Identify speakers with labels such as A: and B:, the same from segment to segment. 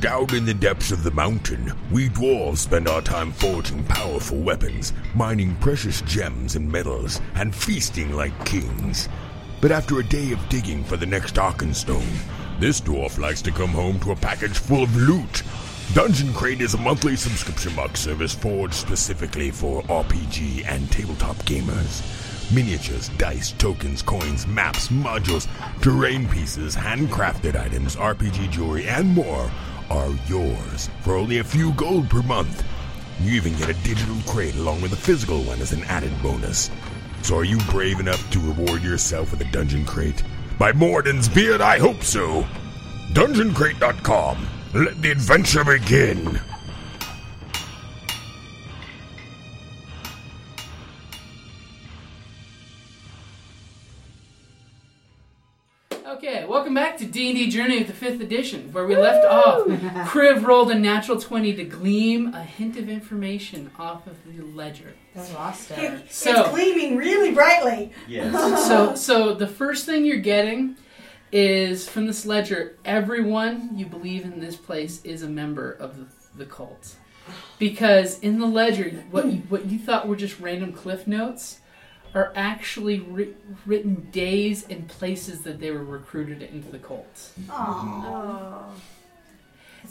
A: Down in the depths of the mountain, we dwarves spend our time forging powerful weapons, mining precious gems and metals, and feasting like kings. But after a day of digging for the next Arkenstone, this dwarf likes to come home to a package full of loot. Dungeon Crate is a monthly subscription box service forged specifically for RPG and tabletop gamers. Miniatures, dice, tokens, coins, maps, modules, terrain pieces, handcrafted items, RPG jewelry, and more are yours for only a few gold per month. You even get a digital crate along with a physical one as an added bonus. So are you brave enough to reward yourself with a dungeon crate? By Morden's beard, I hope so! DungeonCrate.com. Let the adventure begin!
B: Okay, welcome back to D&D Journey of the 5th Edition, where we left off. Kriv rolled a natural 20 to gleam a hint of information off of the ledger.
C: That's lost
B: So-
D: it's gleaming really brightly.
E: Yes.
B: So, so the first thing you're getting is from this ledger. Everyone you believe in this place is a member of the, the cult, because in the ledger, what you, what you thought were just random cliff notes are actually wri- written days and places that they were recruited into the cult,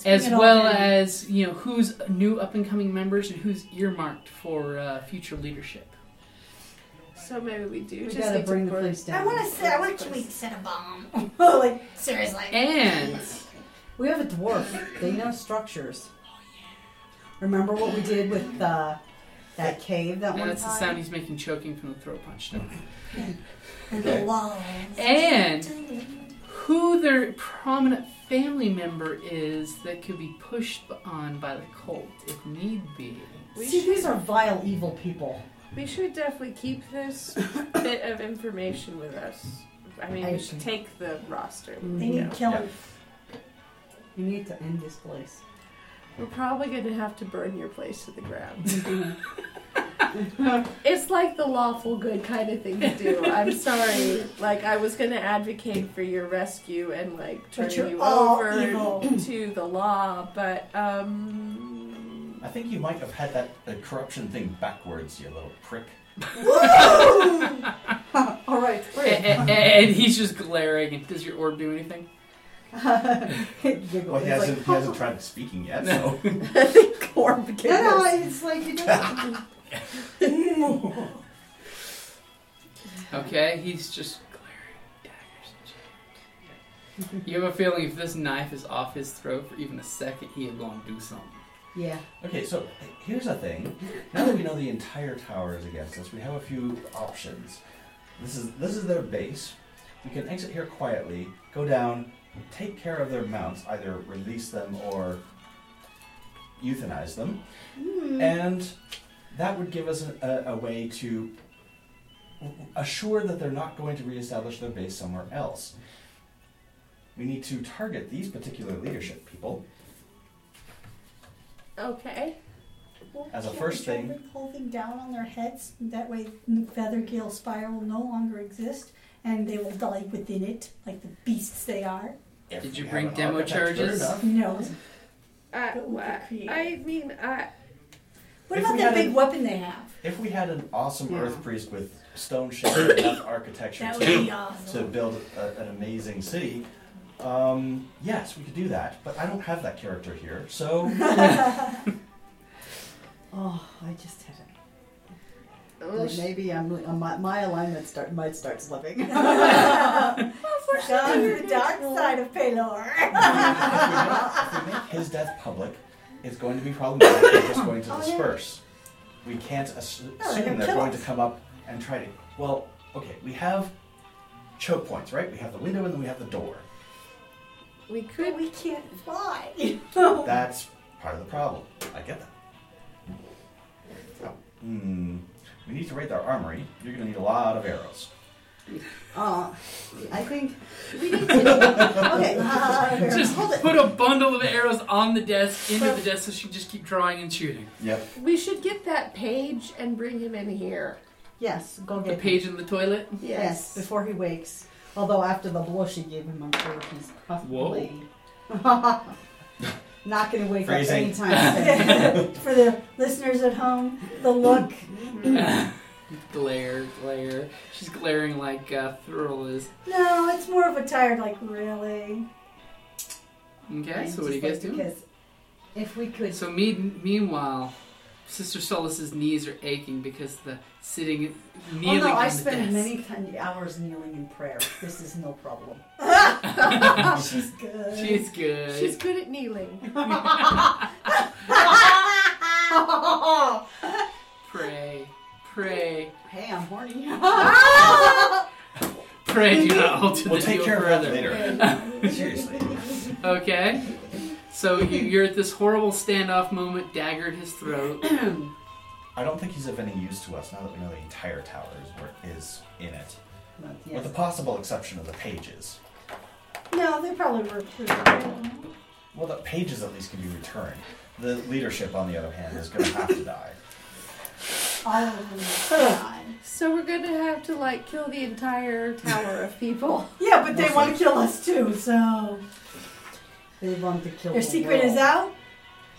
B: as well as you know who's new up and coming members and who's earmarked for uh, future leadership.
F: So maybe we do
C: We
F: just
C: gotta
F: need
C: bring
F: to
C: the
F: work-
C: place down.
D: I want to say, I want to set a bomb. like seriously.
B: And
C: We have a dwarf. They know structures. Remember what we did with uh, that cave that
B: and
C: one
B: that's the
C: time?
B: sound he's making choking from the throat punch. Now.
D: The walls.
B: And who their prominent family member is that could be pushed on by the cult if need be.
F: We
C: See,
F: should,
C: these are vile, evil people.
F: we should definitely keep this bit of information with us. I mean,
C: I Mm-hmm.
F: we should take the roster.
D: They need
F: Yeah.
D: killing.
C: We need to end this place.
F: We're probably going to have to burn your place to the ground. it's like the lawful good kind of thing to do. I'm sorry. Like, I was going to advocate for your rescue and, like, turn
D: you're
F: you
D: all
F: over
D: evil.
F: to the law, but, um.
E: I think you might have had that uh, corruption thing backwards, you little prick.
C: All right,
B: A- a- a- and he's just glaring. And does your orb do anything?
E: Well, he hasn't, he hasn't tried speaking yet, so.
C: No, no, it's like you don't.
B: Okay, he's just glaring daggers at you. You have a feeling if this knife is off his throat for even a second, he'll go and do something.
C: yeah.
E: okay, so here's a thing. Now that we know the entire tower is against us, we have a few options. This is this is their base. We can exit here quietly, go down, take care of their mounts, either release them or euthanize them, and that would give us a, a, a way to assure that they're not going to reestablish their base somewhere else. We need to target these particular leadership people
F: Okay.
D: Well,
E: As a
D: can't
E: first
D: we turn
E: thing-
D: the whole thing down on their heads. That way, the Feathergill Spire will no longer exist, and they will die within it, like the beasts they are.
E: If
B: Did you
E: we
B: bring
E: have an
B: demo
E: architect good
B: charges?
E: enough-
D: No.
F: Uh,
D: But we could create.
F: I mean, I.
D: What
E: If
D: about
E: we
D: that
E: had a-
D: big weapon they have?
E: If we had an awesome
C: Yeah.
E: earth priest with stone shape enough architecture
D: That would be
E: to, to
D: awesome.
E: build a, an amazing city, um, yes, we could do that. But I don't have that character here, so
C: Oh, I just had it.
F: Well, sh-
C: maybe I'm, uh, my, my alignment start, might start slipping.
D: Down to the dark side of Pelor.
E: if we make his death public, it's going to be problematic. They're just going to
D: Oh, yeah. Oh,
E: disperse. We can't ass-
D: they're
E: assume
D: gonna
E: they're
D: kill
E: going
D: us.
E: to come up and try to. Well, okay, we have choke points, right? We have the window and then we have the door.
F: We could.
D: We can't fly.
E: That's part of the problem. I get that. Oh, hmm. We need to raid their armory. You're gonna need a lot of arrows.
C: Uh, I think.
F: We need to.
C: Okay. uh,
G: Just
C: hold it.
G: put a bundle of arrows on the desk, into the desk, so she can just keep drawing and shooting.
E: Yep.
F: we should get that page and bring him in here.
C: Yes, go
G: The
C: get him.
G: page in the toilet.
C: Yes, before he wakes. Although after the blow she gave him, I'm sure he's probably not going to wake
E: Phrasing.
C: up anytime soon.
D: For the listeners at home, the look.
G: glare, glare. She's glaring like uh, Thurl is.
D: No, it's more of a tired, like, really?
G: Okay, so
C: Just
G: what do you guys
C: like
G: do?
C: Because if we could,
G: So me- meanwhile, Sister Solace's knees are aching because the sitting,
C: oh
G: kneeling
C: no,
G: on
C: I
G: the desk.
C: spend many ti- hours kneeling in prayer. This is no problem.
D: She's good.
G: She's good.
F: She's good at kneeling.
G: pray, pray,
C: Hey, I'm horny.
G: pray. Do not alter
E: We'll
G: the
E: take
G: deal
E: care of
G: further.
E: that later. Seriously.
G: Okay. So you, you're at this horrible standoff moment, dagger at his throat.
E: I don't think he's of any use to us now that we know the entire tower is, where, is in it. With
C: yes.
E: the possible exception of the pages.
D: No, they probably were pretty good.
E: Well, the pages at least can be returned. The leadership, on the other hand, is going to have to die.
D: All of them died.
F: So we're gonna have to like kill the entire tower of people.
D: Yeah, but they want to kill us too, so.
C: They want to kill.
D: Their
C: the
D: secret is
C: world.
D: out.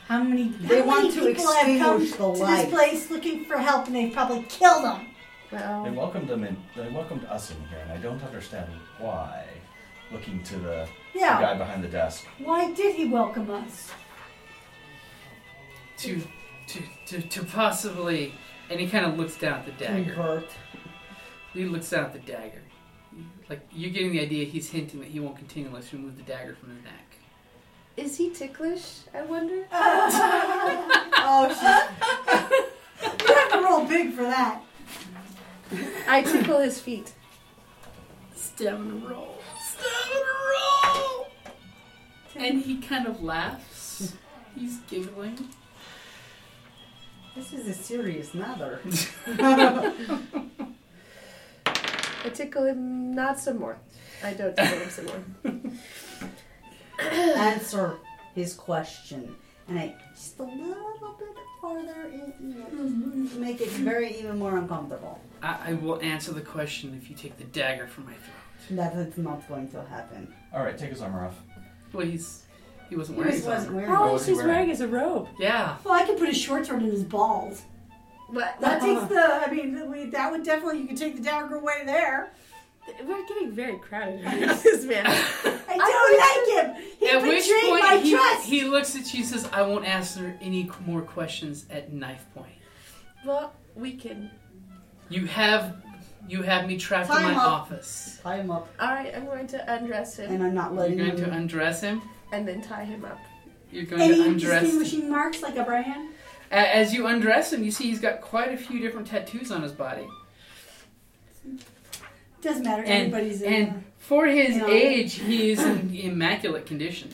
D: How many,
C: They
D: how
C: want
D: many
C: to
D: people have come
C: extinguish the
D: to
C: light.
D: this place looking for help and they probably killed them?
E: They
F: Well,
E: welcomed them in. They welcomed us in here, and I don't understand why. Looking to the
D: Yeah.
E: guy behind the desk.
D: Why did he welcome us?
G: to, to, to, to possibly. And he kind of looks down at the dagger.
C: Convert.
G: He looks down at the dagger. Like, you're getting the idea he's hinting that he won't continue unless you remove the dagger from his neck.
F: is he ticklish? I wonder.
C: Oh, she's
D: You have to roll big for that.
F: I tickle his feet.
G: Stamina roll. Stamina roll! And he kind of laughs. He's giggling.
C: this is a serious matter.
F: I tickle him not some more. I don't tickle him some more.
C: Answer his question, and I just a little bit farther in, you know, just to make it very even more uncomfortable.
G: I, I will answer the question if you take the dagger from my throat.
C: That is not going to happen.
E: All right, take his armor off.
G: Well, he's. He wasn't wearing
C: This
G: his armor.
C: wasn't wearing
E: What
F: All
E: was
F: she's
E: he
F: wearing?
E: wearing?
F: is a robe.
G: Yeah.
D: Well, I could put his short sword in his balls.
F: What?
D: That takes the. I mean, we, that would definitely. You could take the dagger away there.
F: We're getting very crowded around this man.
D: I don't like him. He
G: at which
D: betrayed
G: point
D: my
G: he,
D: trust.
G: he looks at you and says, I won't answer any more questions at knife point.
F: well, we can.
G: You have you have me trapped in
C: Time
G: my
C: up.
G: office.
C: Tie him up,
F: All right, I'm going to undress him
C: and I'm not
G: You're
C: letting
G: going
C: him.
G: to undress him.
F: and then tie him up.
G: You're going to
D: Any
G: undress him.
D: distinguishing marks like Abraham?
G: A- As you undress him, you see he's got quite a few different tattoos on his body.
D: Doesn't matter.
G: And,
D: Everybody's in.
G: and for his
D: you know.
G: age, he is in immaculate condition.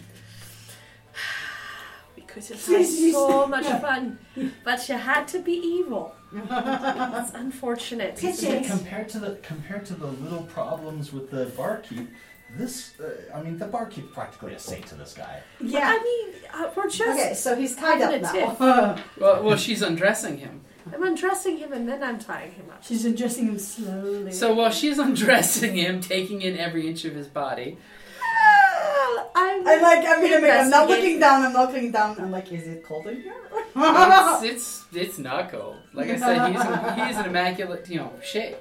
F: We could have had so much fun, but you had to be evil. That's unfortunate.
D: Pitching.
E: Compared to the compared to the little problems with the barkeep, this uh, I mean the barkeep practically a saint to this guy.
D: yeah.
F: I mean, uh, we're just.
C: Okay, so he's tied up
F: Having a
C: now.
G: Well, well, she's undressing him.
F: I'm undressing him and then I'm tying him up.
D: She's addressing him slowly.
G: So while she's undressing him, taking in every inch of his body,
D: Uh,
F: I'm,
C: I like. I'm gonna make. I'm not
F: investigate.
C: looking down. I'm not looking down. I'm like, is it cold in here?
G: it's it's, it's not cold. Like I said, he's in, he's in immaculate you know shape.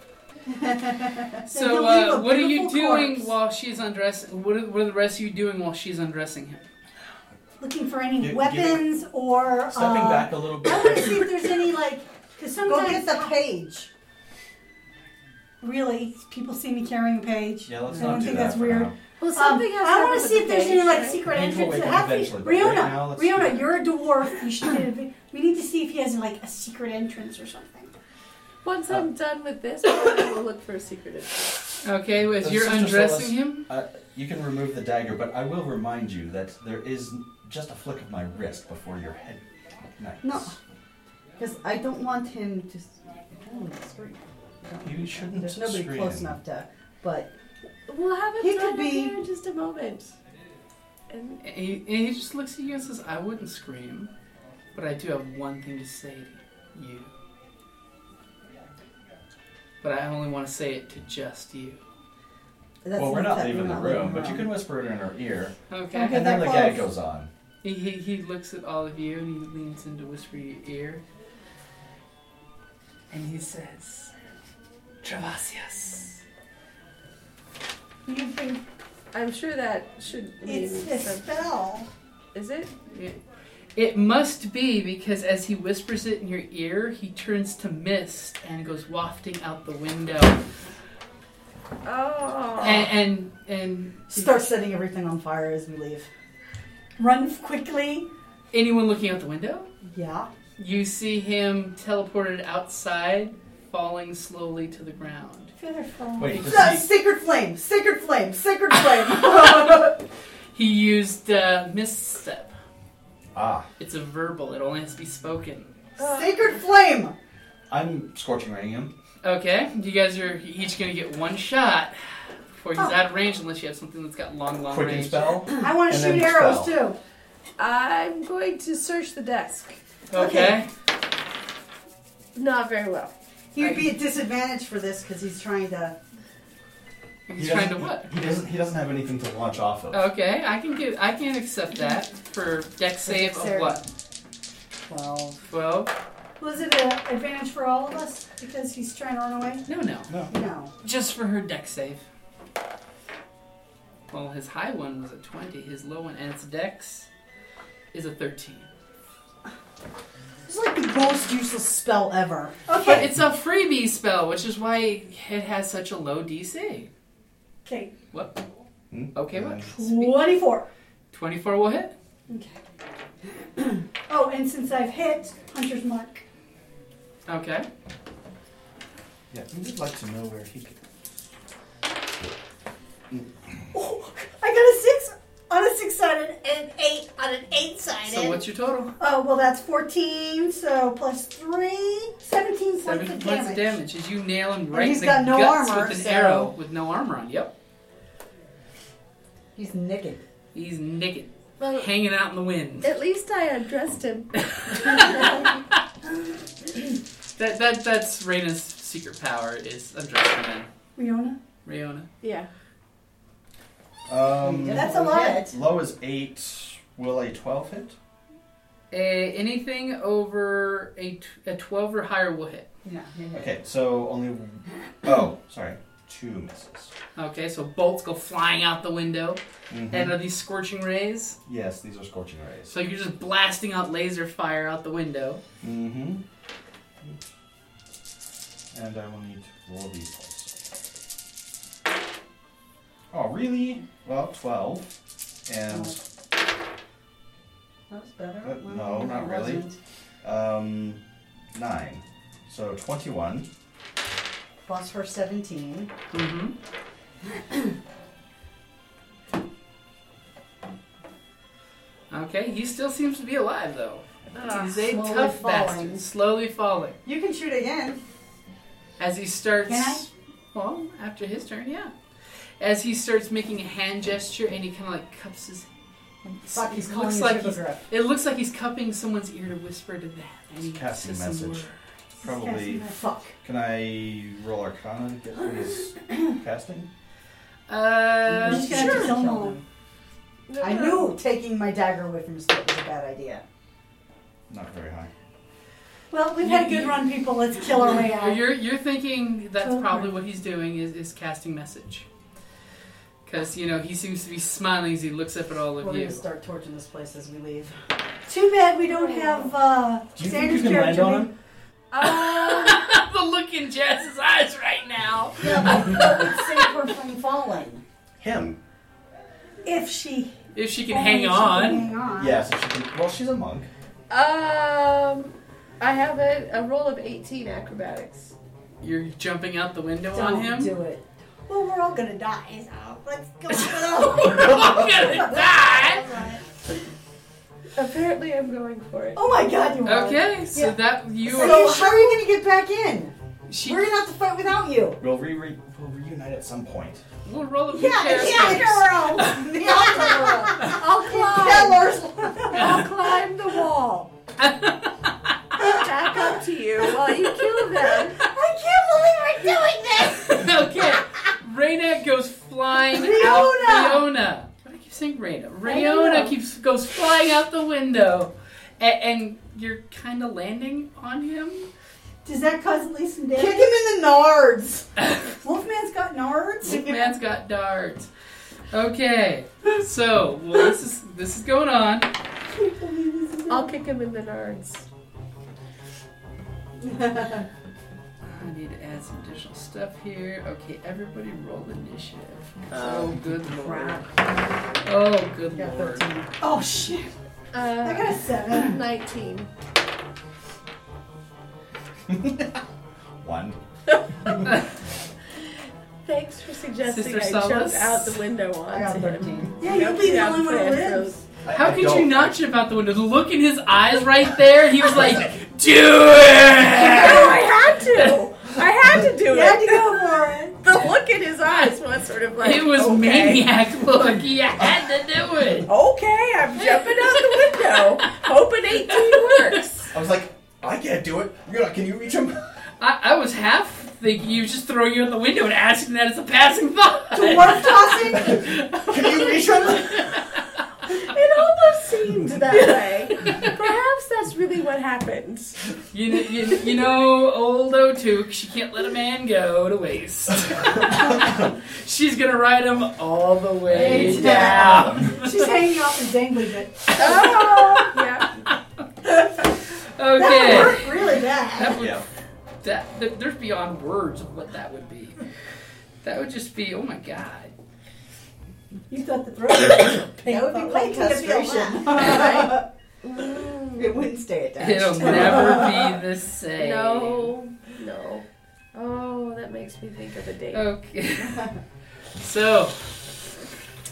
G: So
D: leave a
G: uh, what are you
D: beautiful
G: doing
D: corpse.
G: while she's undressing? What are, what are the rest of you doing while she's undressing him?
D: Looking for any
E: Give- give it-
D: weapons or.
E: Stepping
D: uh,
E: back a little
D: I want to
E: bit.
D: see if there's any like, because
C: Go
D: sometimes
C: get the page.
D: really people see me carrying a page.
E: yeah, let's
D: I
E: not
D: don't
E: do
D: think
E: that
D: that's
E: for
D: weird.
E: now.
F: Well,
D: Um,
F: something has
D: I
F: want to
D: see if there's any like
F: right?
D: secret
E: People
D: entrance.
E: wake up
D: Have
E: eventually,
D: to,
E: but right now,
D: Riona,
E: let's do
D: Riona,
E: it.
D: you're a dwarf. You should. get a big- we need to see if he has like a secret entrance or something. Uh.
F: Once I'm done with this, we'll look for a secret entrance.
G: Okay, wait,
E: This
G: you're
E: is just
G: undressing
E: all
G: him?
E: Uh, you can remove the dagger, but I will remind you that there is just a flick of my wrist before your head. Nice.
C: No. Because I don't want him to. s- I don't want to scream.
E: You shouldn't
C: There's nobody
E: scream.
C: close enough to. But
F: We'll have it
C: He
F: done
C: could be-
F: here in just a moment. And
G: And he, and he just looks at you and says, I wouldn't scream, but I do have one thing to say to you. But I only want to say it to just you.
C: that's
E: Well, we're not
C: that-
E: leaving the
C: not
E: room, but
C: the
E: you can whisper it in her ear,
G: Okay.
D: Okay.
E: and then the
D: that
E: gag
D: close.
E: goes on.
G: He, he, he looks at all of you and he leans in to whisper your ear. And he says, Travasias.
D: You think
F: I'm sure that should mean
D: it's a
F: some-
D: spell.
F: Is it?
G: It, it must be because as he whispers it in your ear, he turns to mist and goes wafting out the window.
F: Oh.
G: And, and, and
C: Start setting everything on fire as we leave.
D: Run quickly.
G: anyone looking out the window?
C: Yeah.
G: You see him teleported outside, falling slowly to the ground.
D: Featherfall.
E: Wait, does
C: Uh,
E: he-
C: sacred flame, sacred flame, sacred flame.
G: He used uh, misstep.
E: Ah,
G: It's a verbal, it only has to be spoken.
C: sacred flame.
E: I'm scorching raining him.
G: Okay, you guys are each gonna get one shot before he's out of range, unless you have something that's got long, long
E: Quicken
G: range.
E: spell.
D: I want
E: And
D: to shoot
E: then the
D: arrows
E: spell.
D: too.
F: I'm going to search the desk.
G: Okay.
F: Not very well.
C: He would be at disadvantage for this because he's trying to.
G: He's
E: He
G: trying to
E: doesn't-
G: what? Oh.
E: He doesn't. He doesn't have anything to launch off of.
G: Okay, I can give, I can accept that for deck save of
F: dexterity.
G: what?
C: Well,
G: Well,
D: Was it an advantage for all of us because he's trying to run away?
G: no, no,
C: no.
G: just for her deck save. Well, his high one was a twenty, his low one, and its dex is a thirteen.
C: It's like the most useless spell ever.
G: But it's a freebie spell, which is why it has such a low DC.
D: Okay,
G: What?
E: Hmm?
G: Okay, what?
D: twenty-four.
G: Twenty-four will hit.
D: Okay. oh, and since I've hit Hunter's Mark,
G: Okay.
E: Yeah, we would like to know where he. Could...
D: oh, I got a six on a six-sided and an eight on an eight-sided.
G: So what's your total?
D: Oh, well, that's 14, so plus 3, 17
G: Seven
D: points of
G: points
D: damage.
G: of damage as you nail him right
C: he's
G: in the
C: got no
G: guts
C: armor,
G: with an
C: so-
G: arrow with no armor on. Yep.
C: He's naked.
G: He's naked,
F: Well,
G: hanging out in the wind.
F: at least I undressed him.
G: That that that's Reyna's secret power is undressing men.
D: Riona?
G: Rayona.
F: Yeah.
E: Um,
C: That's a lot.
E: low is eight. Will a twelve hit?
G: Uh, anything over a, t- a twelve or higher will hit.
C: Yeah.
E: Okay, so only. Oh, sorry, two misses.
G: Okay, so bolts go flying out the window,
E: Mhm.
G: and are these scorching rays?
E: Yes, these are scorching rays.
G: So you're just blasting out laser fire out the window.
E: Mm-hmm. And I will need to roll these dice. Oh, really? Well, 12. And,
C: Oh. That was better.
E: Uh, no, not really.
C: wasn't.
E: um, 9. So 21.
C: Plus her 17.
G: Mm-hmm. okay, he still seems to be alive though. He's a
C: Ah, slowly
G: tough
C: falling.
G: bastard, slowly falling
C: You can shoot again.
G: as he starts.
D: Can I?
G: Well, after his turn, yeah. As he starts making a hand gesture, and he kind of like cups his.
C: Fuck, he's
G: it
C: calling
G: looks
C: his
G: like
C: shiver
G: he's.
C: grip.
G: It looks like he's cupping someone's ear to whisper to them. And he
E: Casting
G: says some
E: message.
G: word.
E: Probably.
C: Fuck.
E: Can I roll Arcana to get through his casting?
C: I'm
G: Uh,
C: just gonna
G: sure.
C: have to kill
D: Sure.
C: him. I knew taking my dagger away from his foot was a bad idea.
E: Not very high.
D: Well, we've had a good run, people. Let's kill our way out.
G: You're you're thinking that's
D: Don't
G: probably what
D: worry.
G: he's doing is, is casting message. Because you know he seems to be smiling as he looks up at all of
C: We're
G: you.
C: gonna start torching this place as we leave.
D: Too bad we don't have uh,
E: Do
D: Xander's
E: you think you can land
D: character.
E: on him?
F: Uh,
G: the look in Jazz's eyes right now.
C: Yeah, but that would save her from falling.
E: Him?
D: If she
G: If she can
D: only
G: hang
D: she
G: on.
D: hang on.
E: Yes. if she can- well, she's a monk.
F: um, I have a, a roll of 18 acrobatics.
G: You're jumping out the window
C: Don't
G: on him.
C: do it.
D: Well, we're all gonna die, so let's go.
G: I'm gonna die!
F: Apparently, I'm going for it.
C: Oh my god, you are.
G: Okay, so that you
C: So,
G: are.
C: how are you going to get back in?
G: She,
C: We're going to have to fight without you.
E: We'll, re- re- we'll reunite at some point.
G: we'll roll up
C: Yeah,
G: your
C: yeah,
G: characters.
C: girl. Yeah, girl.
F: I'll climb.
C: Pillars.
F: I'll climb the wall. Back up to you while you kill them.
C: I can't believe we're doing this.
G: okay, Reyna goes flying out.
C: Riona!
G: Riona. Why do I keep saying Reyna? Riona keeps goes flying out the window, and, and you're kind of landing on him.
D: Does that cause at least some
C: Kick
D: damage?
C: him in the nards.
D: Wolfman's got nards.
G: Man's got darts. Okay, so well, this is this is going on.
F: I'll kick him in the nards.
G: I need to add some additional stuff here. Okay, everybody roll initiative.
E: Um,
G: Oh, good lord. Oh, good lord.
D: Oh shit! I got
F: Uh,
D: a seven.
F: 19.
E: One.
F: Thanks for suggesting
G: Sister
F: I
G: Solace.
F: jumped out the window onto
C: I got
F: him.
C: 13.
D: Yeah, you'll be the only one who lives.
E: I-
G: How
E: I
G: could you
E: don't-
G: not jump out the window? The look in his eyes right there, he was like, Do it!
F: No, I had to. I had to do
D: You had to
F: it.
D: go for it.
F: The look in his eyes was sort of like
G: It was
F: okay.
G: maniac look. He had to do it.
F: Okay, I'm jumping out the window, hoping 18 works.
E: I was like, I can't do it. You're not, can you reach him?
G: I, I was half thinking he was just throwing you out the window and asking that as a passing thought.
C: Dwarf tossing?
E: Can you reach him?
F: It almost seemed that way. Perhaps that's really what happened.
G: You, kn- you, you know, old O'Took, she can't let a man go to waste. She's gonna ride him all the way
D: Way
G: down.
D: She's hanging off the dangly bit.
F: Oh, yeah.
D: That
G: Okay.
D: worked really bad.
G: That would, that, th- there's beyond words of what that would be. That would just be, oh my god.
D: You thought the throat was pink,
C: That would
D: but
C: be
D: wait
C: quite
D: till you feel that.
C: castration. it wouldn't stay
G: It'll
C: attached.
G: never be the same.
F: No, no. Oh, that makes me think of a
G: Oh.
F: date.
G: Okay. so,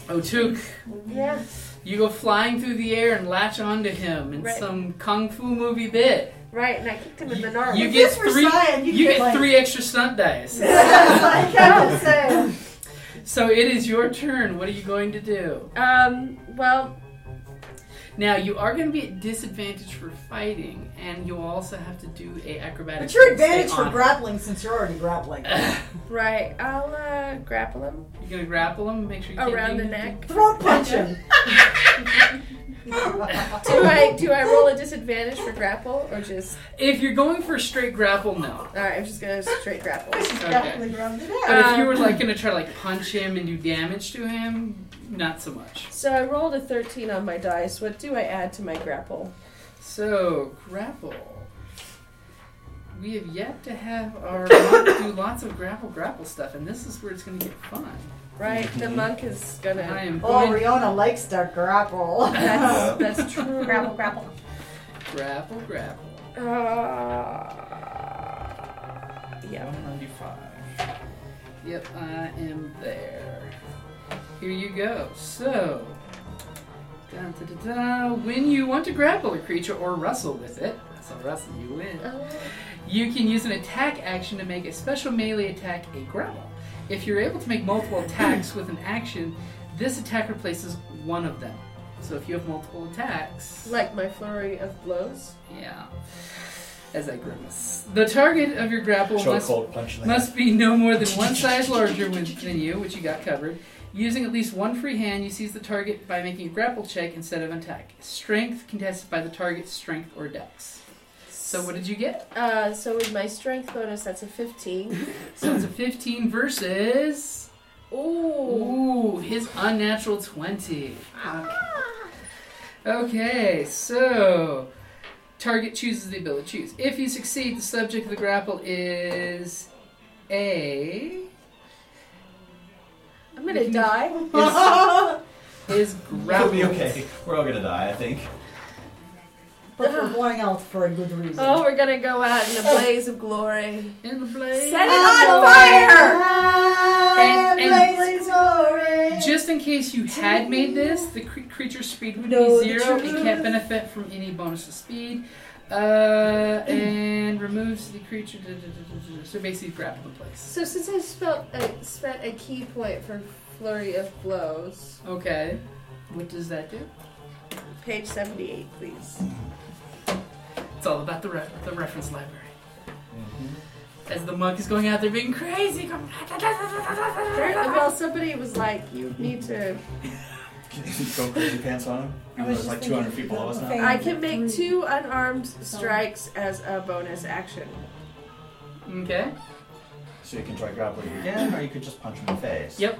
G: Otuk,
F: Yeah.
G: you go flying through the air and latch onto him in
F: Right.
G: some kung fu movie bit.
F: Right, and I kicked him in the nards.
G: You
D: If
G: get
D: this were
G: three.
D: Cyan,
G: you
D: you'd get,
G: get
D: like-
G: three extra stunt dice.
D: I gotta say.
G: so it is your turn. What are you going to do?
F: Um, well,
G: Now you are going to be at disadvantage for fighting, and you'll also have to do a acrobatic.
C: It's your
G: to stay
C: advantage for
G: on.
C: grappling since you're already grappling.
F: right, I'll uh, grapple him
G: You're gonna grapple him, make sure you can't
F: around
G: do
F: the
G: anything.
F: neck.
C: Throat punch him.
F: Do I do I roll a disadvantage for grapple or just
G: If you're going for a straight grapple, no.
F: all right? I'm just gonna straight grapple.
D: Definitely rubbed it out.
G: But if you were
F: Um,
G: like gonna try to like punch him and do damage to him, not so much.
F: So I rolled a 13 on my dice. What do I add to my grapple?
G: So grapple. We have yet to have our monk do lots of grapple grapple stuff, and this is where it's gonna get fun.
F: Right, the monk is
G: I
F: gonna.
G: am
C: Oh,
G: going
C: Riona likes to grapple.
F: That's that's true.
D: Grapple, grapple.
G: grapple grapple.
F: Uh, yeah.
E: 195.
G: Yep, I am there. Here you go. So, dun, dun, dun, dun. when you want to grapple a creature or wrestle with it, wrestle, wrestle, you win. You can use an attack action to make a special melee attack a grapple. If you're able to make multiple attacks with an action, this attack replaces one of them. So if you have multiple attacks,
F: Like my flurry of blows.
G: yeah. As I grimace, the target of your grapple
E: Show a
G: must
E: cold punch in the
G: must be no more than one size larger when- than you, which you got covered. Using at least one free hand, you seize the target by making a grapple check instead of an attack. Strength contested by the target's strength or dex. So what did you get?
F: Uh, so with my strength bonus, that's a 15.
G: So it's a 15 versus.
F: Ooh.
G: Ooh, his unnatural 20. Okay, so target chooses the ability to choose. If you succeed, the subject of the grapple is a
F: I'm gonna die.
G: is, is
E: It'll
G: grappled.
E: be okay. We're all gonna die, I think.
C: But we're going out for a good reason.
F: Oh, we're gonna go out in a blaze of glory.
G: In the blade.
F: Set it
C: On
F: on
C: fire!
F: fire!
G: And- and-
C: orange.
G: Just in case you had made this, the cre- creature's speed would
C: No, the
G: be zero. It
C: truth.
G: can't benefit from any bonus to speed. Uh, and removes the creature. da- da- da- da- da. So basically, grapple in place.
F: So since I spelt, I spent a key point for flurry of blows.
G: Okay. What does that do?
F: Page seventy-eight, please.
G: It's all about the, ref the reference library.
E: Mm-hmm.
G: As the monk is going out there being crazy, going.
F: Well, somebody was like, "You need to."
E: Go crazy pants on him.
D: I was
E: Even though it's
D: just
E: like 200
D: thinking
E: feet below us
D: about
E: now.
D: the
F: I can make
D: Three.
F: two unarmed strikes as a bonus action.
G: Okay.
E: So you can try grappling again, or you could just punch him in the face.
G: Yep.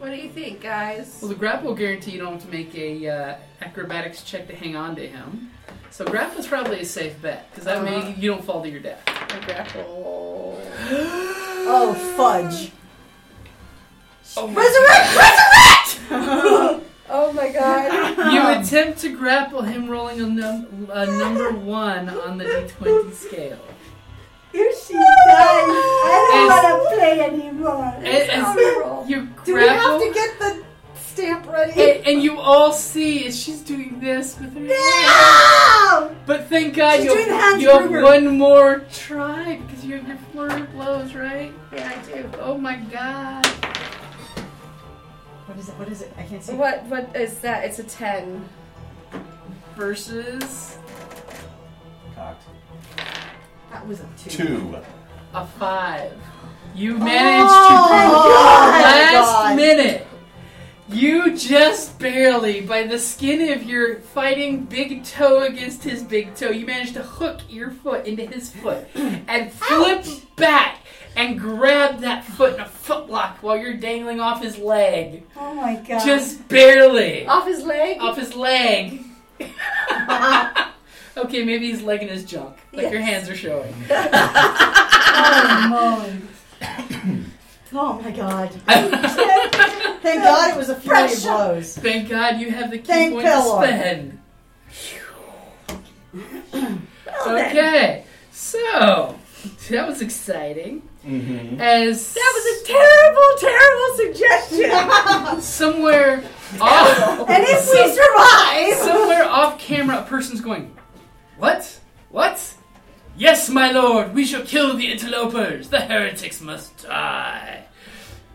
F: What do you think, guys?
G: Well, the grapple will guarantee you don't have to make a uh, acrobatics check to hang on to him. So grapple's probably a safe bet because that
F: Uh-huh.
G: means you don't fall to your death.
C: Uh-huh.
F: I grapple.
C: Oh fudge!
G: Oh my
C: Resurrect!
F: Oh my god.
G: You attempt to grapple him, rolling a, num- a number one on the d20 scale.
C: Here she dies. I don't
G: It's-
C: want to play anymore.
G: As,
F: horrible.
G: as you
C: Do we have to
G: grapple,
C: get the stamp ready?
G: and, and you all see as she's doing this with her hand.
C: Ow!
G: But thank God
C: She's
G: you
C: doing the hands
G: you have
C: forward.
G: one more try because you have your flurry of blows, right?
F: yeah, I do.
G: Oh my God!
C: What is it? What is it? I can't see.
F: What? What is that? It's a ten.
G: Versus
E: Cocked.
C: That was a two.
E: Two.
G: a five. You managed to
C: Oh, my
G: last
C: Oh God.
G: minute. You just barely, by the skin of your fighting big toe against his big toe, you managed to hook your foot into his foot and flip back and grab that foot in a footlock while you're dangling off his leg.
D: Oh my god.
G: Just barely.
C: Oh.
F: Off his leg.
G: Off his leg. okay, maybe his leg and his junk. Like your hands are showing.
D: Oh, moly.
C: Oh my god. Thank God it was a flurry of
D: Pressure.
C: blows.
G: Thank God you have the key
C: Thank
G: point to
C: Pillar.
G: spend. okay, so that was exciting.
E: Mm-hmm.
G: As
F: That was a terrible, terrible suggestion.
G: somewhere off,
C: And if we survive,
G: somewhere off camera, a person's going, "What? What? Yes, my lord, we shall kill the interlopers. The heretics must die."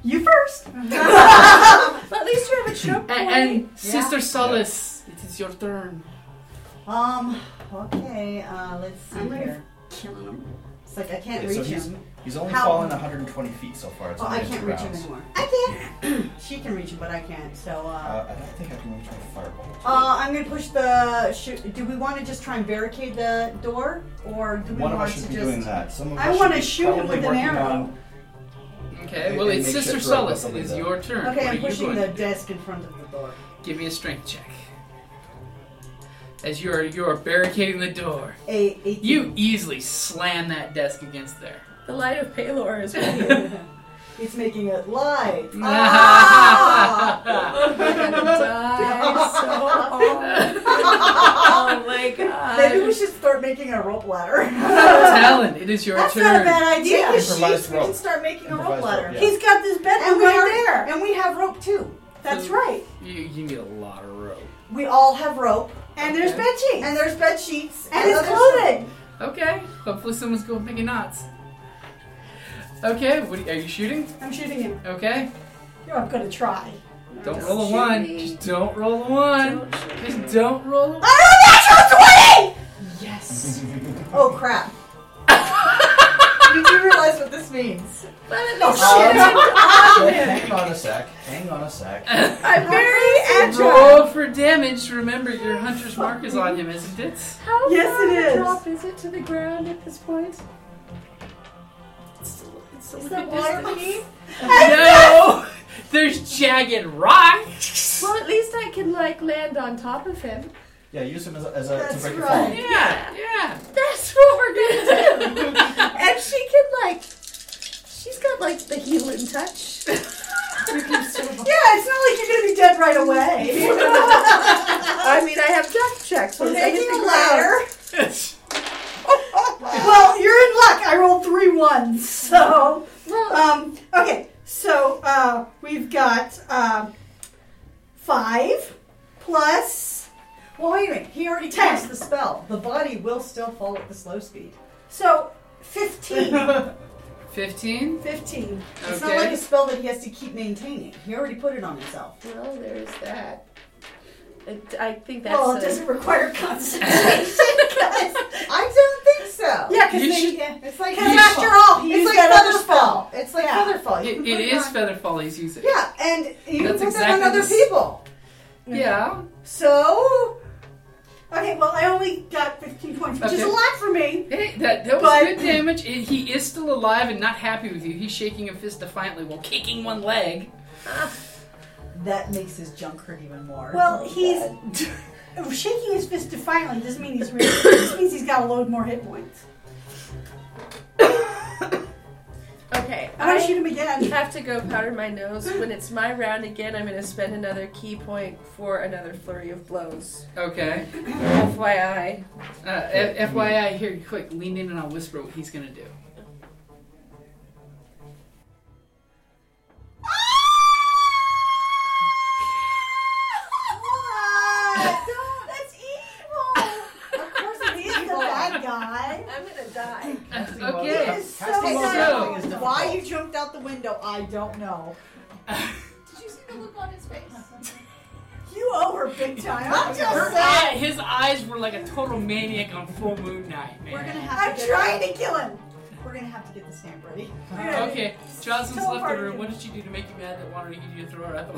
C: you first.
F: At least you have a choke
G: A- And, Sister Solace, it is your turn.
C: Um. Okay. Uh. Let's see
F: I'm gonna
C: here. Killing him. It's like I can't
E: Okay, so
C: reach
E: he's-
C: him.
E: He's only
C: How-
E: fallen 120 feet so far. It's
C: Well, I
E: only been
C: can't
E: two
C: reach him
E: rounds.
C: anymore. I can. she can reach him, but I can't. So. Uh.
E: Uh, I don't think I can reach my fireball.
C: Uh, I'm gonna push the. Should, do we want to just try and barricade the door, or do we
E: One of
C: want
E: us should
C: to
E: be
C: just?
E: doing that. Some of
C: I
E: us should
C: wanna
E: be
C: shoot him
E: probably
C: with an
E: working
C: arrow.
E: on-
G: Okay,
E: They-
G: well,
E: they
G: it's
E: make
G: Sister
E: shit throw up
G: Solace. It
E: something,
G: is
E: though.
G: your turn.
C: Okay,
G: What
C: I'm
G: are you
C: pushing
G: going
C: the
G: to do?
C: desk in front of the door.
G: Give me a strength check. As you are you are barricading the door,
C: A, a
G: you easily slam that desk against there.
F: The light of Palor is with you.
C: It's making it live. Ah.
F: I'm gonna die so hard. oh my
C: Maybe we
F: god.
C: should start making a rope ladder.
G: Talon, it is your
C: That's
G: turn.
C: not a bad idea.
E: Yeah. Improvised
C: we can
E: rope.
C: start making a rope
E: Improvised rope,
C: ladder.
E: yeah.
D: He's got this bed
C: and we
D: right
C: are
D: there.
C: and we have rope too.
D: That's right.
G: You, you need a lot of rope.
C: We all have rope,
D: And there's
G: Okay.
D: bed sheets.
C: and there's bed sheets,
D: And it's
C: other
D: clothing.
G: Okay, hopefully someone's going picking knots. Okay, what, are you shooting?
D: I'm shooting him.
G: Okay,
D: Here, I'm gonna try.
G: don't roll a one. Just don't roll a one. Just don't roll
C: Ah!
G: a one. Yes.
C: stuff. Oh crap! Did you realize what this means? Oh,
E: Hang on a sec. Hang on a sec.
F: I'm very agile.
G: Roll for damage. Remember, your hunter's mark is on him, isn't it?
F: How
C: Yes,
F: far of
C: it
F: a
C: is.
F: drop is it to the ground at this point? Is that water me?
G: No! There's jagged rocks!
F: Well, at least I can like land on top of him.
E: Yeah, use him as a, as a to
C: That's
E: break
C: right.
E: your fall.
G: Yeah, yeah.
F: That's what we're gonna do. and she can like, she's got like the healing touch.
C: Yeah, it's not like you're gonna be dead right away.
F: I mean, I have death checks.
C: We're
F: Once I hit
C: making
F: the
C: a
F: ground.
C: ladder. well, you're in luck. I rolled three ones, so
F: Well,
C: um, okay.
D: So uh, we've got um five plus.
C: Well, wait a minute. He already
D: Ten.
C: cast the spell. The body will still fall at the slow speed.
D: So 15.
G: 15?
C: 15. It's not
G: Okay.
C: like a spell that he has to keep maintaining. He already put it on himself.
F: Well, there's that. It, I think that's.
D: well,
F: a-
D: it doesn't require concentration.
C: I don't think so.
D: yeah, because
G: You
D: they.
G: should-
D: yeah.
C: It's like
D: Because
G: You
D: after
C: feather-
D: all, he
C: it's
D: used
C: like
D: that
C: feather
D: other
C: spell.
D: spell.
C: It's like
D: Yeah.
C: featherfall. You
G: It,
C: can
G: it
C: put
G: is
C: on-
G: Featherfall he's using.
C: Yeah, and you can
G: That's
C: put
G: exactly
C: that on other
G: the s-
C: people.
G: Yeah.
C: So
D: Okay, well, I only got 15 points, which is
G: Okay.
D: a lot for me.
G: Hey, that, that was
D: But-
G: good damage. It- he is still alive and not happy with you. He's shaking a fist defiantly while kicking one leg.
C: that makes his junk hurt even more.
D: Well, he's shaking his fist defiantly doesn't mean he's real. it just means he's got to load more hit points.
F: Okay.
D: I'm gonna
F: I-
D: shoot him again.
F: have to go powder my nose. When it's my round again, I'm going to spend another key point for another flurry of blows.
G: Okay.
F: FYI.
G: Uh, F- FYI, here, quick, lean in and I'll whisper what he's gonna do.
D: That's evil. Of course, he's the bad guy.
F: I'm going to die.
G: Okay.
C: It's so
E: Casting
G: while
C: sad.
E: grappling is
C: why you
E: difficult.
C: jumped out the window, I don't know.
H: Did you see the look on his face?
D: You owe her big time.
C: I'm just
G: Her
C: saying.
G: eye- his eyes were like a total maniac on full moon night, man.
C: We're gonna have
D: I'm
C: to get
D: trying to kill him.
C: We're gonna have to get the stamp ready.
G: Okay, Jocelyn's
D: So
G: left the
D: hard to
G: room.
D: do.
G: What did she do to make you mad that wanted to get you to throw her out the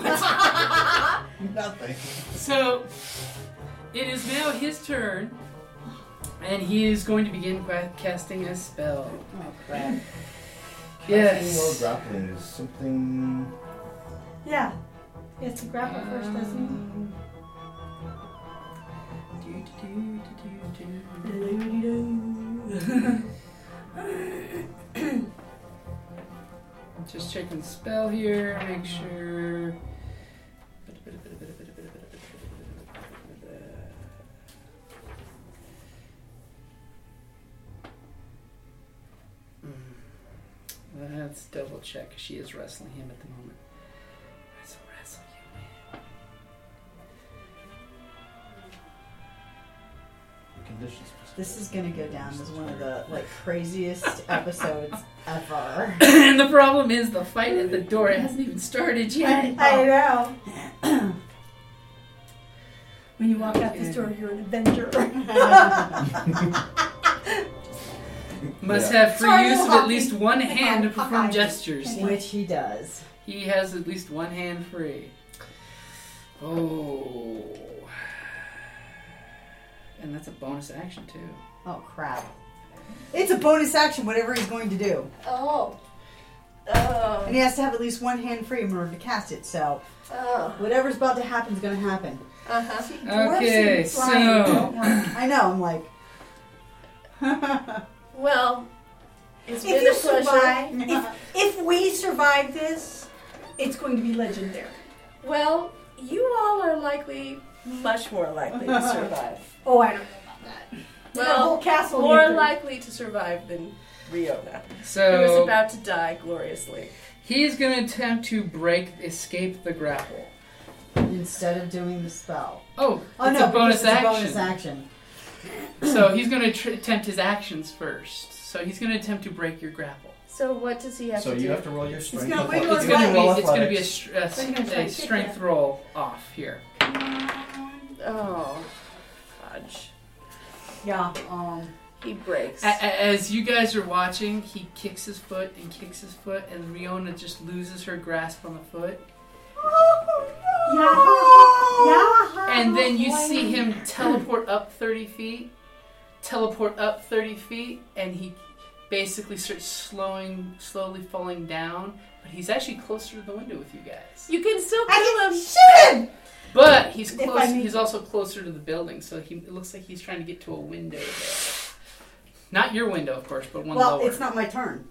G: window?
E: Nothing.
G: so, it is now his turn, and he is going to begin qua- casting a spell.
C: Oh crap.
G: Yes.
E: Casting while grappling is something.
D: Yeah. He has to grapple first, doesn't
G: Um, do-do-do-do-do-do. Just checking the spell here, make sure. Hmm. Let's double check. She is wrestling him at the moment. Wrestle, wrestle, you man.
E: The conditions.
C: This is gonna go down as one of the like craziest episodes ever.
G: and the problem is the fight at the door hasn't even started
D: he?
G: yet.
D: I know. when you walk out this door, you're an Avenger.
G: Must
E: Yeah.
G: have free
D: Sorry,
G: use of at
D: Hawkeye.
G: least one hand to
D: Hawkeye.
G: perform gestures.
C: Which he does.
G: He has at least one hand free. Oh. And that's a bonus action too.
C: Oh crap. It's a bonus action, whatever he's going to do.
F: Oh. Oh.
C: And he has to have at least one hand free in order to cast it, so
F: Oh.
C: whatever's about to happen is gonna happen.
F: Uh huh.
G: Okay, so
C: I know, I'm like
F: Well, it's
D: if
F: been
D: you
F: a pleasure.
D: survive, if, if we survive this, it's going to be legendary.
F: Well, you all are likely, much more likely to survive.
D: Oh, I don't. Well, the whole
F: Well,
D: castle.
F: more
D: you-
F: likely to survive than Riona, who is
G: so
F: about to die gloriously.
G: he's gonna attempt to break escape the grapple.
C: instead of doing the spell.
G: Oh,
C: Oh
G: it's
C: no,
G: a bonus
C: because it's
G: action.
C: a bonus action.
G: So he's gonna tr- attempt his actions first. So he's gonna attempt to break your grapple.
F: So what does he have
E: So
F: to do?
E: you have to roll your strength.
C: gonna
E: with-
C: wiggle
G: It's
C: Or
G: gonna
E: roll
G: be it's gonna be a,
E: athletics.
G: str- a,
D: Or you can try
G: a
D: to kick
G: strength
D: it.
G: roll off here.
F: oh, fudge.
C: Yeah. Um
F: He breaks.
G: A- a- As you guys are watching, he kicks his foot and kicks his foot, and Riona just loses her grasp on the foot.
D: Yaha. Yaha.
G: And then you see him teleport up 30 feet, teleport up 30 feet, and he basically starts slowing, slowly falling down. But he's actually closer to the window with you guys.
F: you can still kill
D: I
F: him.
D: can shoot him.
G: But he's
D: I
G: close.
D: may-
G: He's also closer to the building, so he it looks like he's trying to get to a window. There. Not your window, of course, but one
C: well,
G: lower.
C: it's not my turn.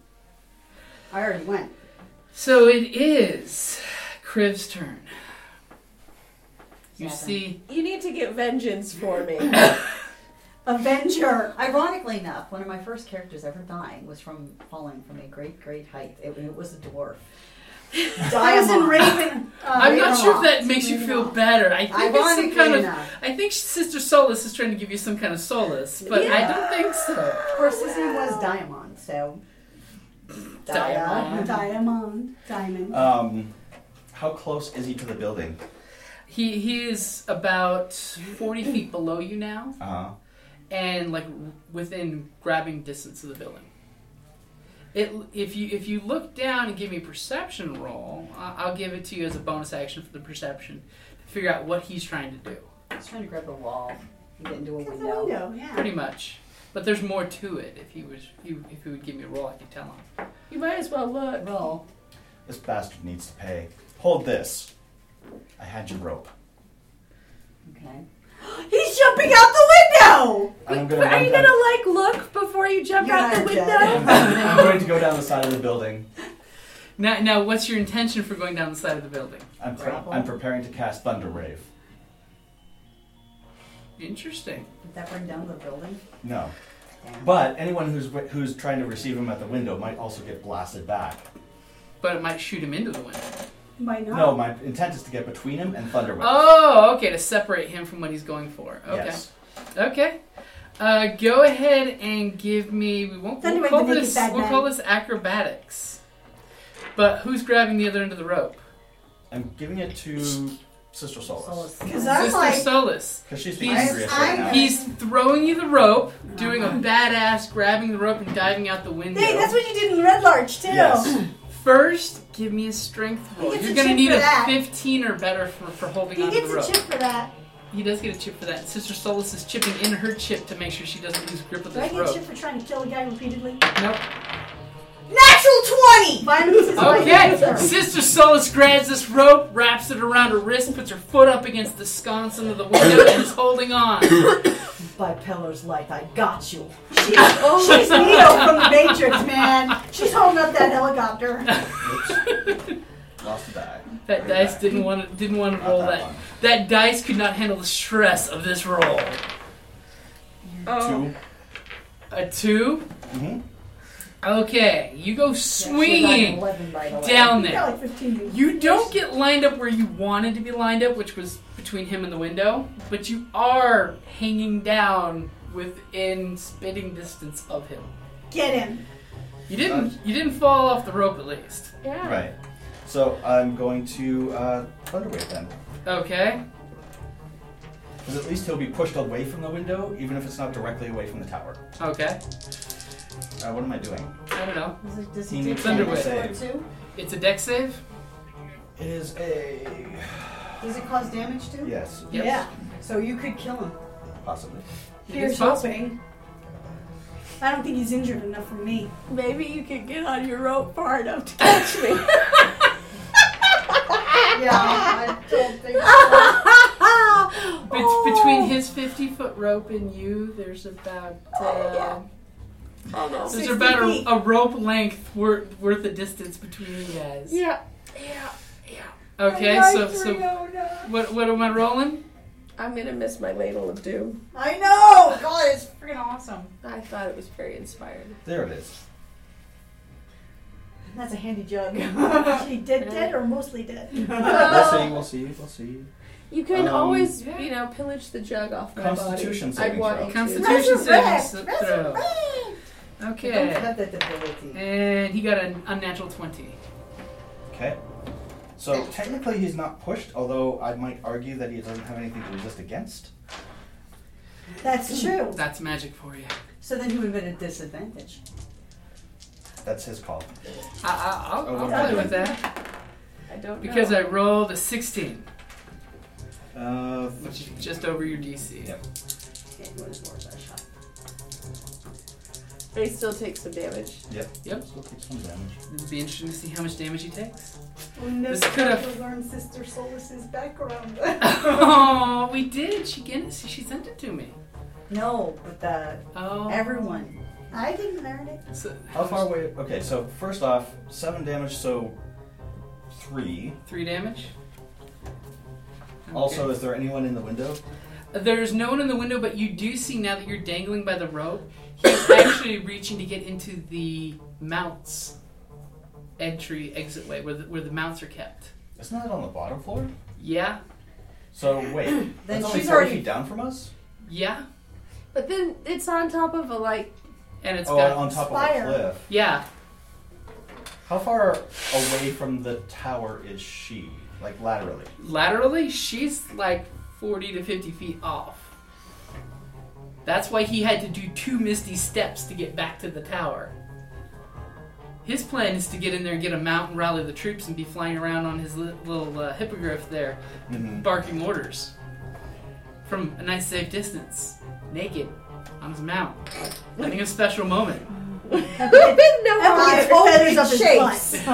C: I already went.
G: So it is Criv's turn. You
C: Seven.
G: see,
F: You need to get vengeance for me.
C: Avenger. Ironically enough, one of my first characters ever dying was from falling from a great, great height. It, it was a dwarf.
D: I was in
C: Diamond.
D: Raven. Uh,
G: I'm not sure if
D: Ravenloft.
G: that makes you feel better. I think it's some
C: Ironically
G: kind of.
C: enough.
G: I think Sister Solace is trying to give you some kind of solace, but I don't think so.
C: Of course, his name was Diamond, so.
G: Diamond.
D: Diamond. Diamond.
G: Uh,
E: Um, how close is he to the building?
G: He he is about 40 feet below you now,
E: Uh,
G: and like within grabbing distance of the building. It, if you if you look down and give me a perception roll, I- I'll give it to you as a bonus action for the perception to figure out what he's trying to do.
C: He's trying to grab the wall and get into a
D: It's a
C: window.
D: window, yeah.
G: Pretty much, but there's more to it. If he was he, if he would give me a roll, I could tell him.
F: You might as well look.
C: Roll.
E: this bastard needs to pay. Hold this. I had your rope.
C: Okay.
D: He's jumping out the window.
F: But
E: I'm gonna
F: are
E: run
F: you
E: down-
F: gonna like look before you jump
C: You're
F: out the
C: not
F: window?
C: dead.
E: I'm going to go down the side of the building.
G: Now, now, what's your intention for going down the side of the building?
E: I'm, pre-
C: Grapple.
E: I'm preparing to cast Thunder Wave.
G: Interesting.
C: Did that bring down the building?
E: No.
C: Damn.
E: But anyone who's wi- who's trying to receive him at the window might also get blasted back.
G: But it might shoot him into the window.
D: Why not?
E: No, my intent is to get between him and Thunder Wave.
G: Oh, okay, to separate him from what he's going for. Okay.
E: Yes.
G: Okay. Uh, go ahead and give me. We won't
D: Thunder
G: we'll
D: Wave,
G: call
D: the naked
G: this.
D: bad
G: We'll
D: man.
G: call this acrobatics. But who's grabbing the other end of the rope?
E: I'm giving it to Sister Solace.
C: Because
D: I'm
G: Sister
D: like-
G: Solis.
E: Because she's the
G: He's-
E: angriest right now.
G: He's throwing you the rope, doing a badass grabbing the rope and diving out the window.
D: Hey, that's what you did in Red Larch too.
E: Yes.
G: First, give me a strength roll.
D: gets
G: You're
D: a
G: gonna
D: chip
G: need
D: for
G: a
D: that.
G: 15 or better for, for holding
D: He
G: onto
D: gets
G: the
D: a
G: rope.
D: chip for that.
G: He does get a chip for that. Sister Solace is chipping in her chip to make sure she doesn't lose grip of
D: Do I
G: this
D: get a
G: rope.
D: chip for trying to kill a guy repeatedly?
G: Nope.
D: Natural 20! Violence is my
G: Okay,
D: answer.
G: Sister Solace grabs this rope, wraps it around her wrist, puts her foot up against the sconce under the window, and is holding on.
C: By Peller's light, I got you. She's, oh, she's Neo from the Matrix, man.
D: She's holding up that helicopter.
G: Oh,
E: Lost a die.
G: That dice didn't want to, didn't want to roll
E: that
G: that.
E: one.
G: That dice could not handle the stress of this roll.
F: Oh,
E: Two.
G: A two.
E: Mhm.
G: Okay, you go
C: She's like an
G: swinging
C: 11, by the way.
G: down
D: He's
G: there.
D: got like 15 minutes.
G: You don't get lined up where you wanted to be lined up, which was between him and the window, but you are hanging down within spitting distance of him.
D: Get him.
G: You didn't you didn't fall off the rope at least.
F: yeah.
E: Right. So I'm going to uh, Thunder Wave then.
G: Okay.
E: Because at least he'll be pushed away from the window, even if it's not directly away from the tower.
G: Okay.
E: Uh, what am I doing?
G: I don't know.
C: Does it- does
E: He
C: it take
E: needs
G: Thunder
C: damage or
E: Wave.
C: two?
G: It's a deck save?
E: It is a.
C: Does it cause damage too?
E: Yes,
G: Yes.
C: Yeah. So you could kill him.
E: possibly.
D: Here's
G: possible.
D: hoping. I don't think he's injured enough for me.
F: Maybe you could get on your rope far enough to catch me.
C: Yeah, I don't think so.
G: Bet- Between his 50 foot rope and you, there's about. Uh,
F: Oh no.
G: There's
D: 60
G: about
D: feet.
G: a, a rope length worth, worth of distance between you guys.
F: Yeah. Yeah. Yeah.
G: Okay,
F: My
G: so so
D: Oh,
F: Fiona.
G: what what am I rolling?
F: I'm gonna miss my ladle of doom.
C: I know! God, it's freaking awesome.
F: I thought it was very inspired.
E: There it is.
C: That's a handy jug.
D: She dead, dead, or mostly dead.
E: We'll see, we'll see, we'll see.
F: You can
E: Um,
F: always,
G: yeah.
F: you know, pillage the jug off my
E: Constitution
F: body.
E: saving
F: I want
E: throw.
F: you to.
G: Constitution saving
D: Resurrect,
G: throw.
C: You don't
G: Okay.
C: have that ability.
G: And he got an unnatural 20.
E: Okay. So technically he's not pushed, although I might argue that he doesn't have anything to resist against.
D: That's true.
G: That's magic for you.
C: So then he would have been at disadvantage.
E: That's his call.
G: I, I, I'll,
E: Oh,
G: I'll
E: okay.
G: play with that
F: I don't know.
G: because I rolled a 16,
E: Uh,
G: which is just over your DC.
E: Yep.
C: It was worth a shot.
F: They still take some damage.
E: yep.
G: Yep.
E: Still takes some damage.
G: It'll be interesting to see how much damage he takes.
D: This
G: could have-
D: learned Sister Solace's background.
G: oh, we did. She get, she sent it to me.
C: No, but the
G: Oh,
C: everyone. I didn't learn it.
G: so-
E: How far away? Okay, so first off, seven damage, so three.
G: three damage.
E: Also, is there anyone in the window?
G: There's no one in the window, but you do see now that you're dangling by the rope, he's actually reaching to get into the mounts entry exit way where the, where the mounts are kept.
E: Isn't that on the bottom floor?
G: Yeah,
E: So wait, that's only
C: she's
E: four
C: already-
E: feet down from us.
G: yeah,
F: But then it's on top of a like.
G: and it's
E: Oh,
G: got
E: on top
D: spire.
E: of a cliff.
G: yeah.
E: How far away from the tower is she? Like laterally?
G: Laterally, she's like forty to fifty feet off. That's why he had to do two misty steps to get back to the tower. His plan is to get in there, get a mount, and rally the troops, and be flying around on his li- little uh, hippogriff there, barking orders from a nice safe distance, naked on his mount, having a special moment.
F: no,
C: Emily
F: I-
C: throws
D: feathers
C: his
D: up his
C: shapes.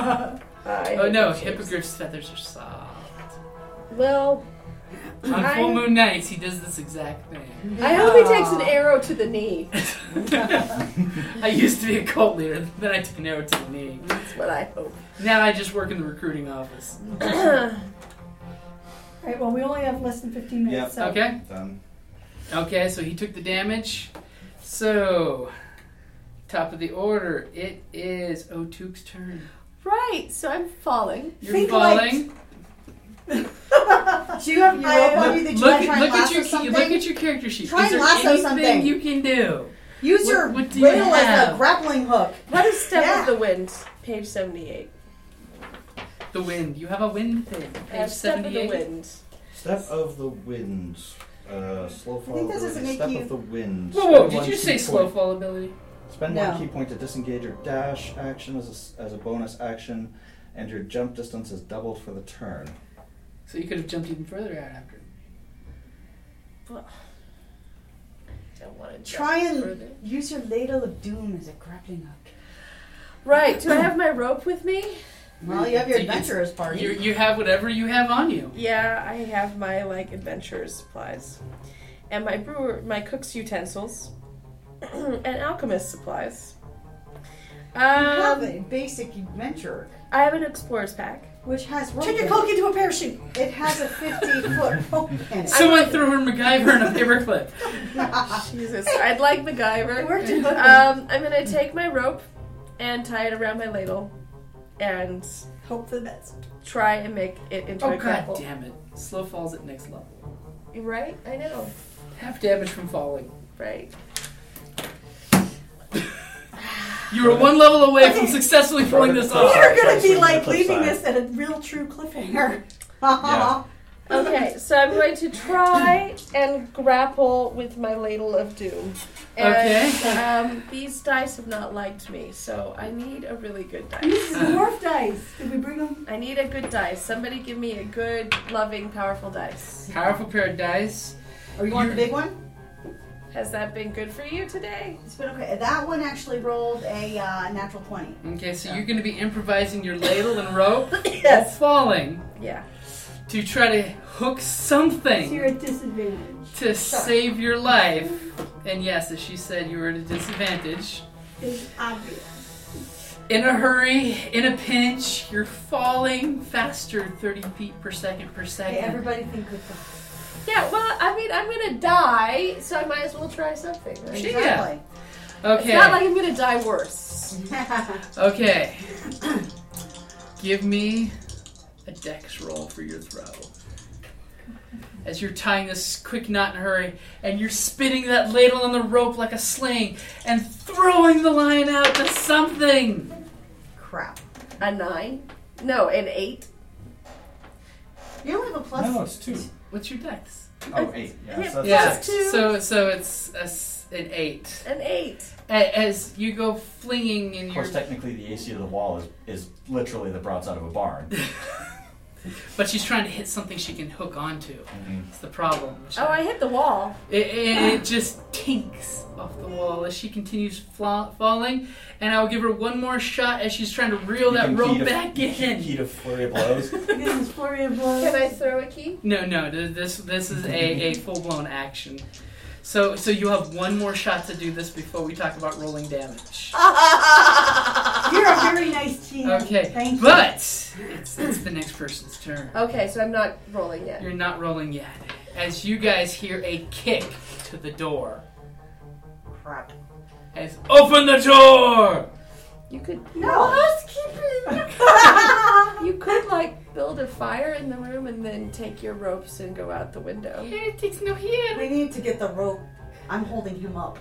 F: I
G: Oh no,
F: hate those shapes.
G: hippogriff's feathers are soft.
F: Well,
G: On
F: I-
G: full moon nights, he does this exact thing.
F: I hope he takes an arrow to the knee.
G: I used to be a cult leader, then I took an arrow to the knee.
F: That's what I hope.
G: Now I just work in the recruiting office.
D: All right, well, we only have less than 15
E: Yep.
D: minutes, so.
G: Okay?
E: Done.
G: Okay, so he took the damage. So, top of the order, it is Otuk's turn.
F: right, so I'm falling.
G: You're
D: Think
G: falling.
C: Do you have I
G: Look,
C: above you that you want to try and
G: look at
C: lasso
G: your
C: something?
G: look at your character sheet.
C: Try
G: is
C: and
G: there
C: lasso
G: anything
C: something.
G: you can do?
C: Use
G: what-
C: your
G: what do you
C: rail as
G: have?
C: a grappling hook.
F: What is Step
C: Yeah.
F: of the Wind? Page 78.
G: The wind. You have a wind thing.
F: I have
G: Page
F: Step of the
G: seventy-eight.
F: Wind.
E: Step of the wind. Uh, slow fall.
C: think that doesn't
E: ability.
C: make
E: Step
C: you-
E: of the wind.
G: Whoa, whoa!
E: Spend
G: Did
E: one
G: you
E: key
G: say
E: point-
G: slow fall ability?
E: Spend
C: No.
E: one key point to disengage your dash action as a s as a bonus action, and your jump distance is doubled for the turn.
G: So you could have jumped even further out after.
F: Don't want to
C: Try and use your ladle of doom as a grappling hook.
F: Right, do I have my rope with me?
C: Well, you have your
G: Take it.
C: adventurous
G: You
C: party.
G: you have whatever you have on you.
F: Yeah, I have my like adventurer's supplies, and my brewer, my cook's utensils, and alchemist supplies.
C: You have
F: Um,
C: a basic adventure,
F: I have an explorer's pack.
C: which has rope
D: Turn
C: in
D: your
C: it.
D: cloak into a parachute.
C: It has a 50 foot rope in it.
G: Someone threw her MacGyver in a paperclip.
F: Jesus, I'd like MacGyver.
D: It worked in
F: Um, I'm gonna take my rope and tie it around my ladle, and
D: Hope for the best.
F: try and make it into
G: Oh
F: a
G: god
F: grapple.
G: damn it! Slow falls at next level.
F: Right, I know.
G: Half damage from falling.
F: Right.
G: You were one level away from successfully pulling this
E: Sorry,
G: off.
E: sorry,
D: We're gonna
E: sorry,
D: be
E: sorry,
D: like
E: sorry,
D: leaving
E: sorry.
D: this at a real true cliffhanger.
E: Yeah.
F: Okay, so I'm going to try and grapple with my ladle of doom. And,
G: Okay.
F: Um, these dice have not liked me, so I need a really good dice.
D: This is dwarf dice. Did we bring them?
F: I need a good dice. Somebody give me a good, loving, powerful dice.
G: Powerful pair of dice.
C: Or you want the big one?
F: Has that been good for you today?
C: It's been okay. That one actually rolled a uh, natural 20.
G: Okay, so you're going to be improvising your ladle and rope while
F: Yes.
G: falling
F: Yeah.
G: to try to hook
D: So you're
G: something
D: at disadvantage.
G: to save your life. And yes, as she said, you were at a disadvantage.
D: It's obvious.
G: In a hurry, in a pinch, you're falling faster 30 feet per second per
C: Okay,
G: second.
C: everybody think good thoughts.
F: Yeah, well, I mean, I'm gonna die, so I might as well try something. Right?
G: Shit.
C: Exactly.
F: It's not
G: Okay,
F: like I'm gonna die worse.
G: okay. Give me a dex roll for your throw. As you're tying this quick knot in a hurry, and you're spinning that ladle on the rope like a sling, and throwing the line out to something.
C: Crap.
F: A nine? No, an eight.
C: You only have a plus.
E: No, it's two.
G: What's your dex?
E: Oh, eight. Yeah, so that's
G: Oh, yeah.
E: six.
F: two.
G: So so it's a s an eight.
F: An eight.
G: A- As you go flinging in
E: Of
G: your,
E: course, technically, the AC of the wall is, is literally the broadside of a barn.
G: but she's trying to hit something she can hook onto.
E: Mm-hmm.
G: It's the problem.
F: Oh, I hit the wall.
G: It, it, it just tinks off the wall as she continues fla- falling, and I'll give her one more shot as she's trying to reel
E: You
G: that
E: can
G: rope
E: heat a-
G: back
E: you can
G: in.
E: Heat a flurry of blows.
D: This is Florian Blow.
F: Can I throw a key?
G: No, no, th- this this is a, a full blown action. So so you have one more shot to do this before we talk about rolling damage.
D: Oh, You're a very nice team.
G: Okay,
D: Thank you.
G: but it's, it's the next person's turn.
F: Okay, so I'm not rolling yet.
G: You're not rolling yet. As you guys hear a kick to the door,
C: Crap.
G: as open the door.
F: You could
C: No.
F: housekeeping. You could like build a fire in the room and then take your ropes and go out the window.
H: Here, it takes no here.
C: We need to get the rope. I'm holding him up.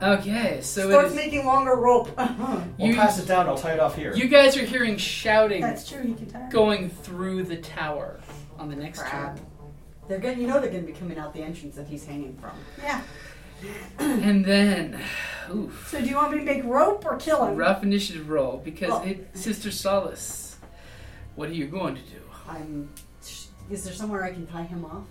G: Okay, so it
C: Starts
G: is,
C: making longer rope.
E: We'll
G: You-
E: pass it down. I'll tie it off here.
G: you guys are hearing shouting
D: That's true, you can tire.
G: going through the tower on the next turn.
C: they're going you know they're gonna be coming out the entrance that he's hanging from.
D: Yeah.
G: And then, oof,
D: So do you want me to make rope or kill him?
G: rough initiative roll because
C: Well-
G: it, Sister Solace, what are you going to do?
C: I'm. Is there somewhere I can tie him off?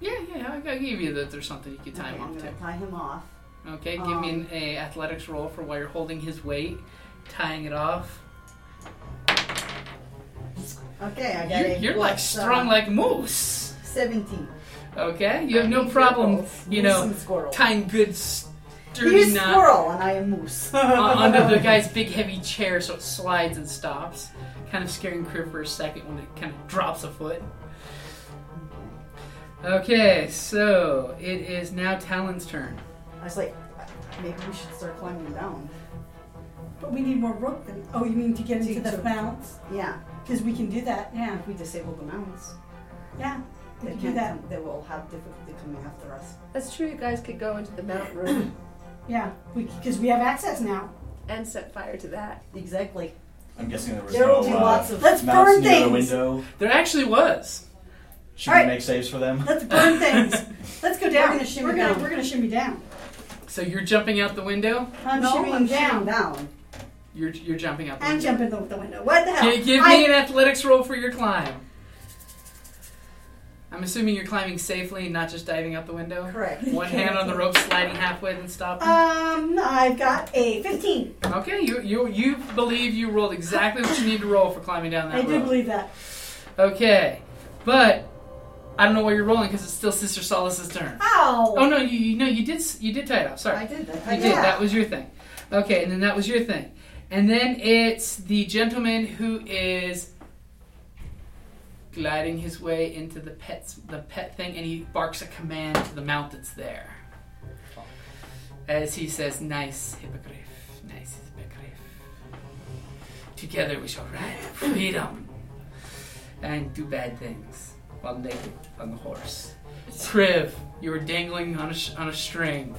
G: Yeah, yeah, I gotta give you that there's something you can tie him
C: okay, I'm
G: off
C: gonna
G: to.
C: tie him off.
G: Okay, give me an
C: Um,
G: a athletics roll for while you're holding his weight, tying it off.
C: Okay, I got
G: You're,
C: it.
G: you're like
C: Plus,
G: strong
C: uh,
G: like moose.
C: Seventeen.
G: Okay, you have no
F: need
G: problem,
F: circles.
G: you
C: He's
G: know,
C: some squirrel.
G: tying good
C: He's
G: sturdy knot
C: squirrel and I am moose.
G: u- under the guy's big heavy chair so it slides and stops, kind of scaring Crib for a second when it kind of drops a foot. Okay, so it is now Talon's turn.
C: I was like, maybe we should start climbing down.
D: But we need more rope than. Oh, you mean to get into
C: To-
D: the
C: to-
D: mounts?
C: Yeah,
D: Because we can do that.
C: yeah. If we disable the mounts,
D: Yeah. We
C: they
D: can do
C: can't
D: that.
C: come- They will have difficulty coming after us.
F: That's true. You guys could go into the mountain room
D: Yeah. Because we have access now.
F: and set fire to that.
C: Exactly.
E: I'm guessing there was
C: There
E: no,
C: will be
E: uh,
C: lots of.
D: Let's
E: mounts
D: burn
E: near the
D: things.
E: window.
G: There actually was.
E: Should
D: All right.
E: we make saves for them?
D: Let's burn things. Let's go down.
C: We're gonna shimmy
D: we're gonna,
C: down.
D: We're gonna shimmy down.
G: So you're jumping out the window.
D: I'm
C: no,
D: shimmying
C: I'm
D: down.
C: down. down.
G: You're you're jumping out the
D: I'm
G: window.
D: jumping over the window. What the hell?
G: Gi- give
D: I-
G: me an athletics roll for your climb. I'm assuming you're climbing safely and not just diving out the window.
C: Correct.
G: One hand on the rope, sliding halfway, then stopping.
D: Um, I've got a 15.
G: okay, you you you believe you rolled exactly what you need to roll for climbing down that
D: I do
G: rope.
D: believe that.
G: okay, but I don't know why you're rolling because it's still Sister Solace's turn.
D: Uh, Ow!
G: Oh no, you, you no you did s- you did tie it off. Sorry.
C: I did that.
G: You did. That was your thing. Okay, and then that was your thing. And then it's the gentleman who is gliding his way into the pet's the pet thing, and he barks a command to the mount that's there. As he says, "Nice hippogriff, nice hippogriff. Together we shall ride freedom and do bad things while naked on the horse." Kriv, you were dangling on a sh- on a string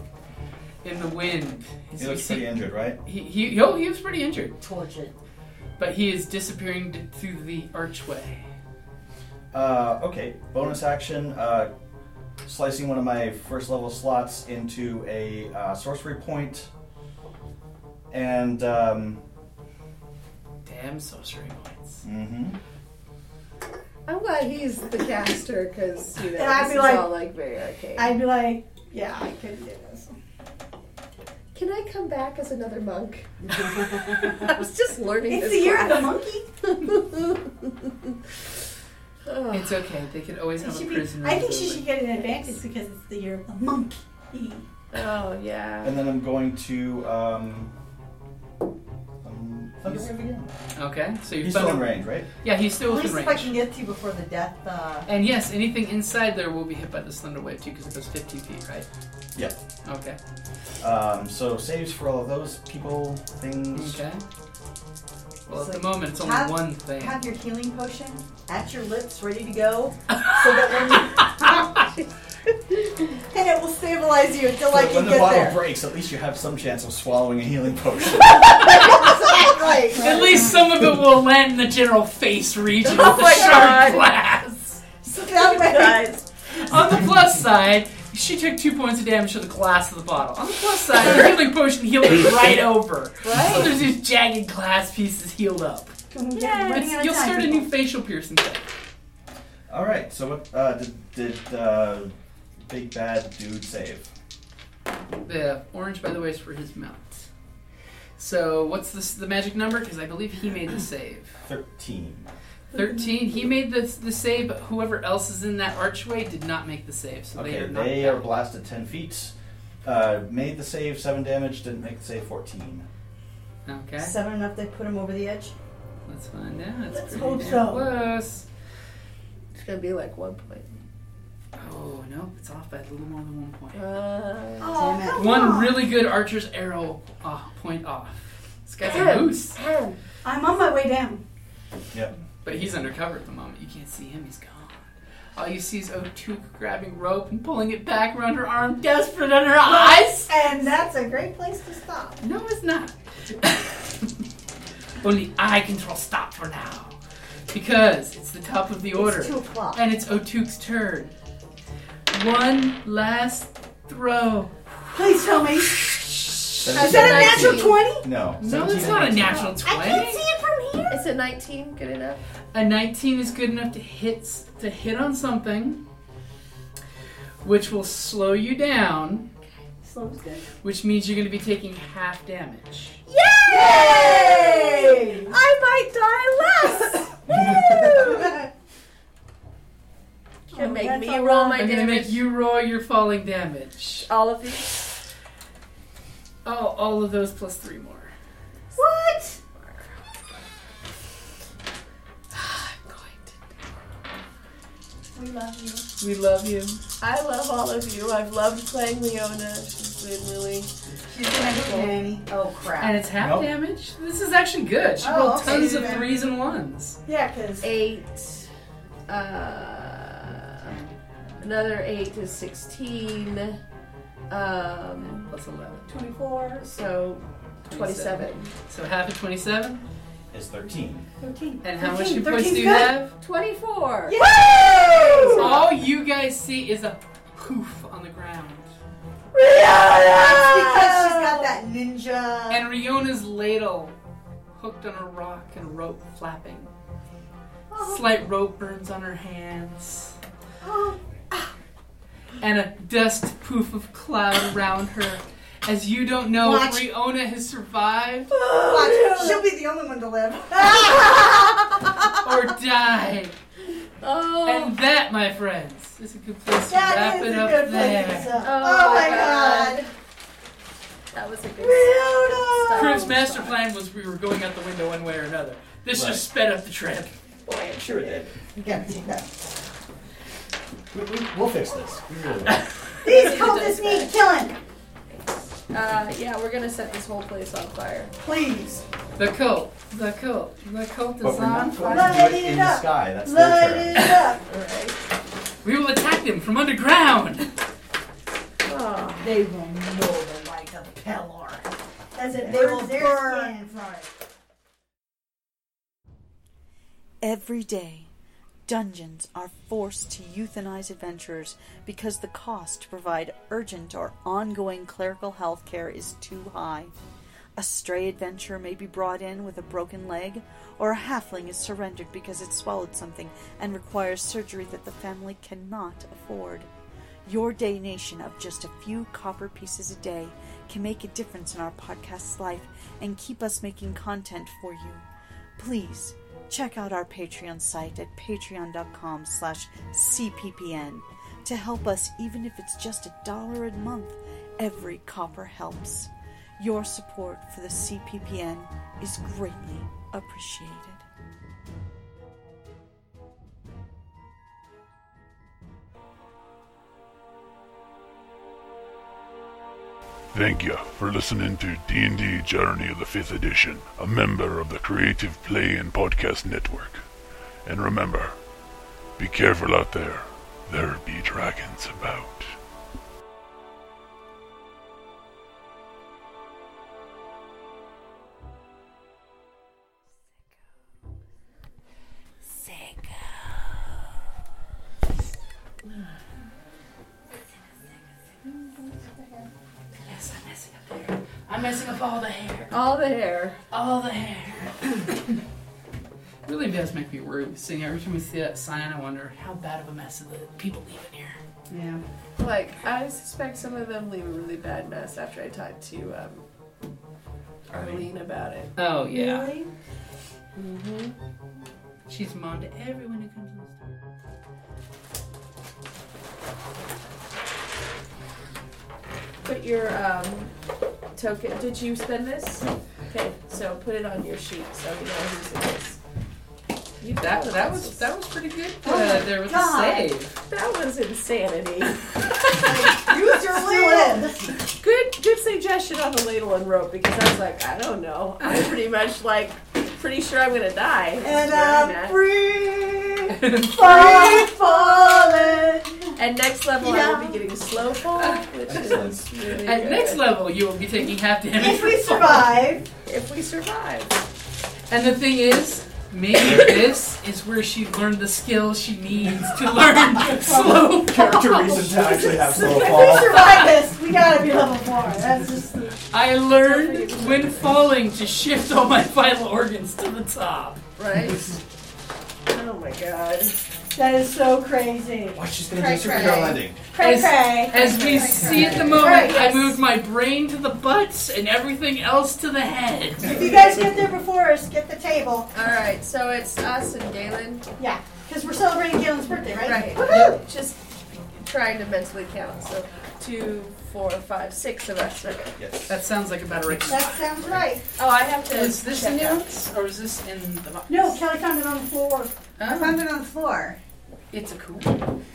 G: in the wind.
E: He looks pretty injured, right?
G: He, he, oh, he was pretty injured,
C: Tortured.
G: but he is disappearing d- through the archway.
E: Uh, okay, bonus action. Uh, slicing one of my first level slots into a uh, sorcery point, and um,
G: Damn sorcery points.
E: hmm
F: I'm glad he's the caster because you know
D: And I'd
F: this
D: be
F: is
D: like-
F: all like very arcade.
D: I'd be like, yeah, I couldn't do this.
F: Can I come back as another monk? I was just learning.
D: It's
F: this
D: the year of
F: class.
D: the monkey.
F: Ugh.
G: It's okay. They could always
D: It
G: have a
D: should be-
G: prisoner.
D: I think she
G: over.
D: should get an advantage because it's the year of the monkey.
F: oh yeah.
E: And then I'm going to um, um, thunder wave again.
G: Okay, so you're
E: He's still in range, right?
G: Yeah, he's still
C: At
G: within
C: least if I
G: range.
C: can get to you before the death. Uh,
G: And yes, anything inside there will be hit by the thunder wave too, because it goes 50 feet, right?
E: Yeah.
G: Okay.
E: Um, so saves for all of those people, things.
G: Okay. Well, at
C: So
G: the moment, it's only
C: have-
G: one thing.
C: have your healing potion at your lips, ready to go, so that when you, and it will stabilize you until I
E: But when
C: can
E: the
C: get
E: bottle
C: there.
E: breaks, at least you have some chance of swallowing a healing potion.
C: Exactly.
G: At least some of it will land in the general face region
F: Oh
G: with the
F: my
G: sharp
F: God.
G: glass.
C: So that way-
F: Guys,
G: On the plus side, she took two points of damage to the glass of the bottle. On the plus side, her healing potion healed it right over. So there's these jagged glass pieces healed up.
D: Yeah,
G: It's- you'll start a new facial piercing thing.
E: all right. So what uh, did, did uh, big bad dude save?
G: The orange, by the way, is for his mount. So what's this, the magic number? Because I believe he made the save.
E: Thirteen.
G: 13. He made the, the save, but whoever else is in that archway did not make the save. So they
E: Okay,
G: are not.
E: they are blasted 10 feet. Uh, made the save, 7 damage, didn't make the save, 14.
G: okay.
C: Seven enough they put him over the edge.
G: Let's find out. It's
D: Let's
G: pretty
D: hope
G: damn
D: so.
G: close.
F: It's gonna be like one point.
G: Oh, no. It's off by a little more than one point.
F: Uh,
D: Oh,
C: Damn it.
D: come
G: One
D: on.
G: really good archer's arrow uh, ah, point off. This guy's a moose.
F: Ten.
D: I'm on my way down.
E: Yep.
G: But he's undercover at the moment. You can't see him. He's gone. All you see is O'Toole grabbing rope and pulling it back around her arm, desperate under her eyes.
D: And that's a great place to stop.
G: No, it's not. Only I control stop for now. Because it's the top of the order.
C: It's two o'clock.
G: And it's O'Took's turn. One last throw.
D: Please tell me.
E: Is
D: Is that a natural
F: 19.
D: 20?
E: No.
G: No, that's not a natural 20.
D: I can't see it from here.
F: Is it 19? Good enough.
G: A 19 is good enough to hit to hit on something, which will slow you down,
D: Slow's good.
G: which means you're going to be taking half damage.
D: Yay! I might die less.
F: Can't
D: Oh,
F: make
D: that's
F: me
D: a
F: roll
D: lot.
F: my
G: I'm going to make
F: damage.
G: you roll your falling damage.
F: All of these.
G: Oh, all of those plus three more.
D: what?
F: I'm going to.
D: We love you.
G: We love you.
F: I love all of you. I've loved playing Leona. She's been really.
C: She's gonna hit Danny. Oh crap.
G: And it's half
E: Nope.
G: damage. This is actually good. She
C: Oh,
G: rolled
C: okay,
G: tons of
C: then.
G: threes and ones.
D: Yeah, because
F: Eight. Uh, another eight is 16. Um,
G: Plus 11.
D: 24,
F: so 27.
G: So half of 27.
E: It's 13.
D: 13.
G: And how
D: 13,
G: much points
D: 13
G: do
D: 's
G: you
D: good.
G: have?
F: 24.
D: Yay!
F: Oh,
G: All you guys see is a poof on the ground.
C: That's because she's got that ninja.
G: And Riona's ladle hooked on a rock and a rope flapping.
C: Oh.
G: Slight rope burns on her hands.
C: Oh.
G: And a dust poof of cloud around her. As you don't know
C: Watch.
G: if Riona has survived
C: Watch, she'll be the only one to live.
G: or died.
F: Oh.
G: And that, my friends, is a good place to
D: That
G: wrap
D: is
G: it
D: a
G: up
D: good
G: there.
D: place.
F: oh,
D: Uh,
F: my god. That was a good
D: Rhoda!
G: Crib's master plan was we were going out the window one way or another. This
E: Right.
G: just sped up the trip.
F: boy.
E: Sure it did.
C: Yeah, yeah.
E: We, we, we'll fix this. We really will.
D: These cultists need killing.
F: Uh, yeah, we're gonna set this whole place on fire.
D: Please.
G: The cult, the cult, the cult
E: But
G: is
E: we're
G: on
E: not
G: fire.
E: going to do
D: Light
E: it
D: it
E: in the
D: up.
E: sky. That's
D: Light
E: their
D: it
E: turn.
D: up.
F: Alright.
G: We will attack them from underground.
F: Oh,
C: They will know the light of Pelor.
D: As it
C: They will
D: burns their
C: burn
D: skin.
C: from it.
I: Every day, dungeons are forced to euthanize adventurers because the cost to provide urgent or ongoing clerical health care is too high. A stray adventurer may be brought in with a broken leg, or a halfling is surrendered because it swallowed something and requires surgery that the family cannot afford. Your donation of just a few copper pieces a day can make a difference in our podcast's life and keep us making content for you. Please check out our Patreon site at patreon.com slash cppn to help us even if it's just a dollar a month. Every copper helps. Your support for the CPPN is greatly appreciated.
J: Thank you for listening to D&D Journey of the 5th Edition, a member of the Creative Play and Podcast Network. And remember, be careful out there. There be dragons about.
G: Yes, I'm messing up hair. I'm messing up all the hair.
F: all the hair.
G: All the hair. really does make me worried seeing every time we see that sign. I wonder how bad of a mess are the people leaving here.
C: Yeah.
F: Like, I suspect some of them leave a really bad mess after I talked to um, Arlene about it.
G: Oh yeah,
D: Really?
F: Mm-hmm.
G: she's mom to everyone who comes in the store.
F: Put your um, token. Did you spend this? Okay, so put it on your sheet so we know who's it is. You
G: That that
F: got this.
G: uh, was that was pretty good.
D: Oh
G: Uh,
D: my
G: there was a
D: God.
G: save.
F: that was insanity.
D: Use your ladle.
F: Good, good suggestion on the ladle and rope because I was like, I don't know. I'm pretty much like, pretty sure I'm gonna die.
D: And um, uh,
F: Doing
D: I'm
F: that.
D: free. Free falling.
F: At next level, I will be getting slow fall, which is
E: Excellent.
F: really
G: At
F: good.
G: next level, you will be taking half damage.
D: If we
G: from fall.
D: survive,
F: if we survive.
G: And the thing is, maybe this is where she learned the skill she needs to learn slow.
E: Character reason to actually have
D: if
E: slow
D: we
E: fall.
D: survive this, we gotta be level four. That's just
G: I learned when falling to shift all my vital organs to the top.
F: Right? oh my god.
D: that is so crazy.
E: Watch, she's gonna do a superhero
K: cray.
E: landing.
D: Cray
G: As-
D: cray.
G: As we see at the moment,
D: Right,
G: I moved my brain to the butts and everything else to the head.
D: If you guys get there before us, get the table.
F: Alright, so it's us and Galen.
D: Yeah, because we're celebrating Galen's birthday, right?
F: Right. Just trying to mentally count. So two, four, five, six of us. Okay.
E: Yes.
G: That sounds like about right.
D: That sounds right.
F: Oh, I have to.
G: Was this in
F: check out.
G: yours or is this in the box?
D: No, Kelly found it on the floor.
G: Oh,
D: it on the floor.
G: it's a cool. one.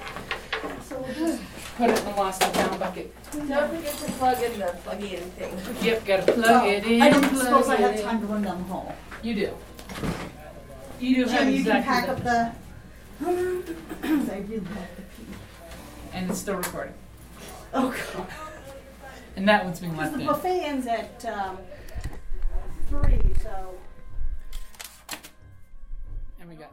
D: So we'll just
G: Put it in the lost and found bucket.
F: Don't forget to plug in the plug in thing.
G: Yep, gotta plug
D: Oh,
G: it in.
D: I don't
G: plug
D: suppose I
G: it
D: have
G: in.
D: time to run down the hall.
G: You do. You do have
D: Jim, you can
G: exactly
D: pack
G: that.
D: up the. I really have to pee.
G: And it's still recording.
D: Oh god.
G: And that one's being
D: Because
G: left
D: the
G: in.
D: buffet ends at um, three, so.
G: And we got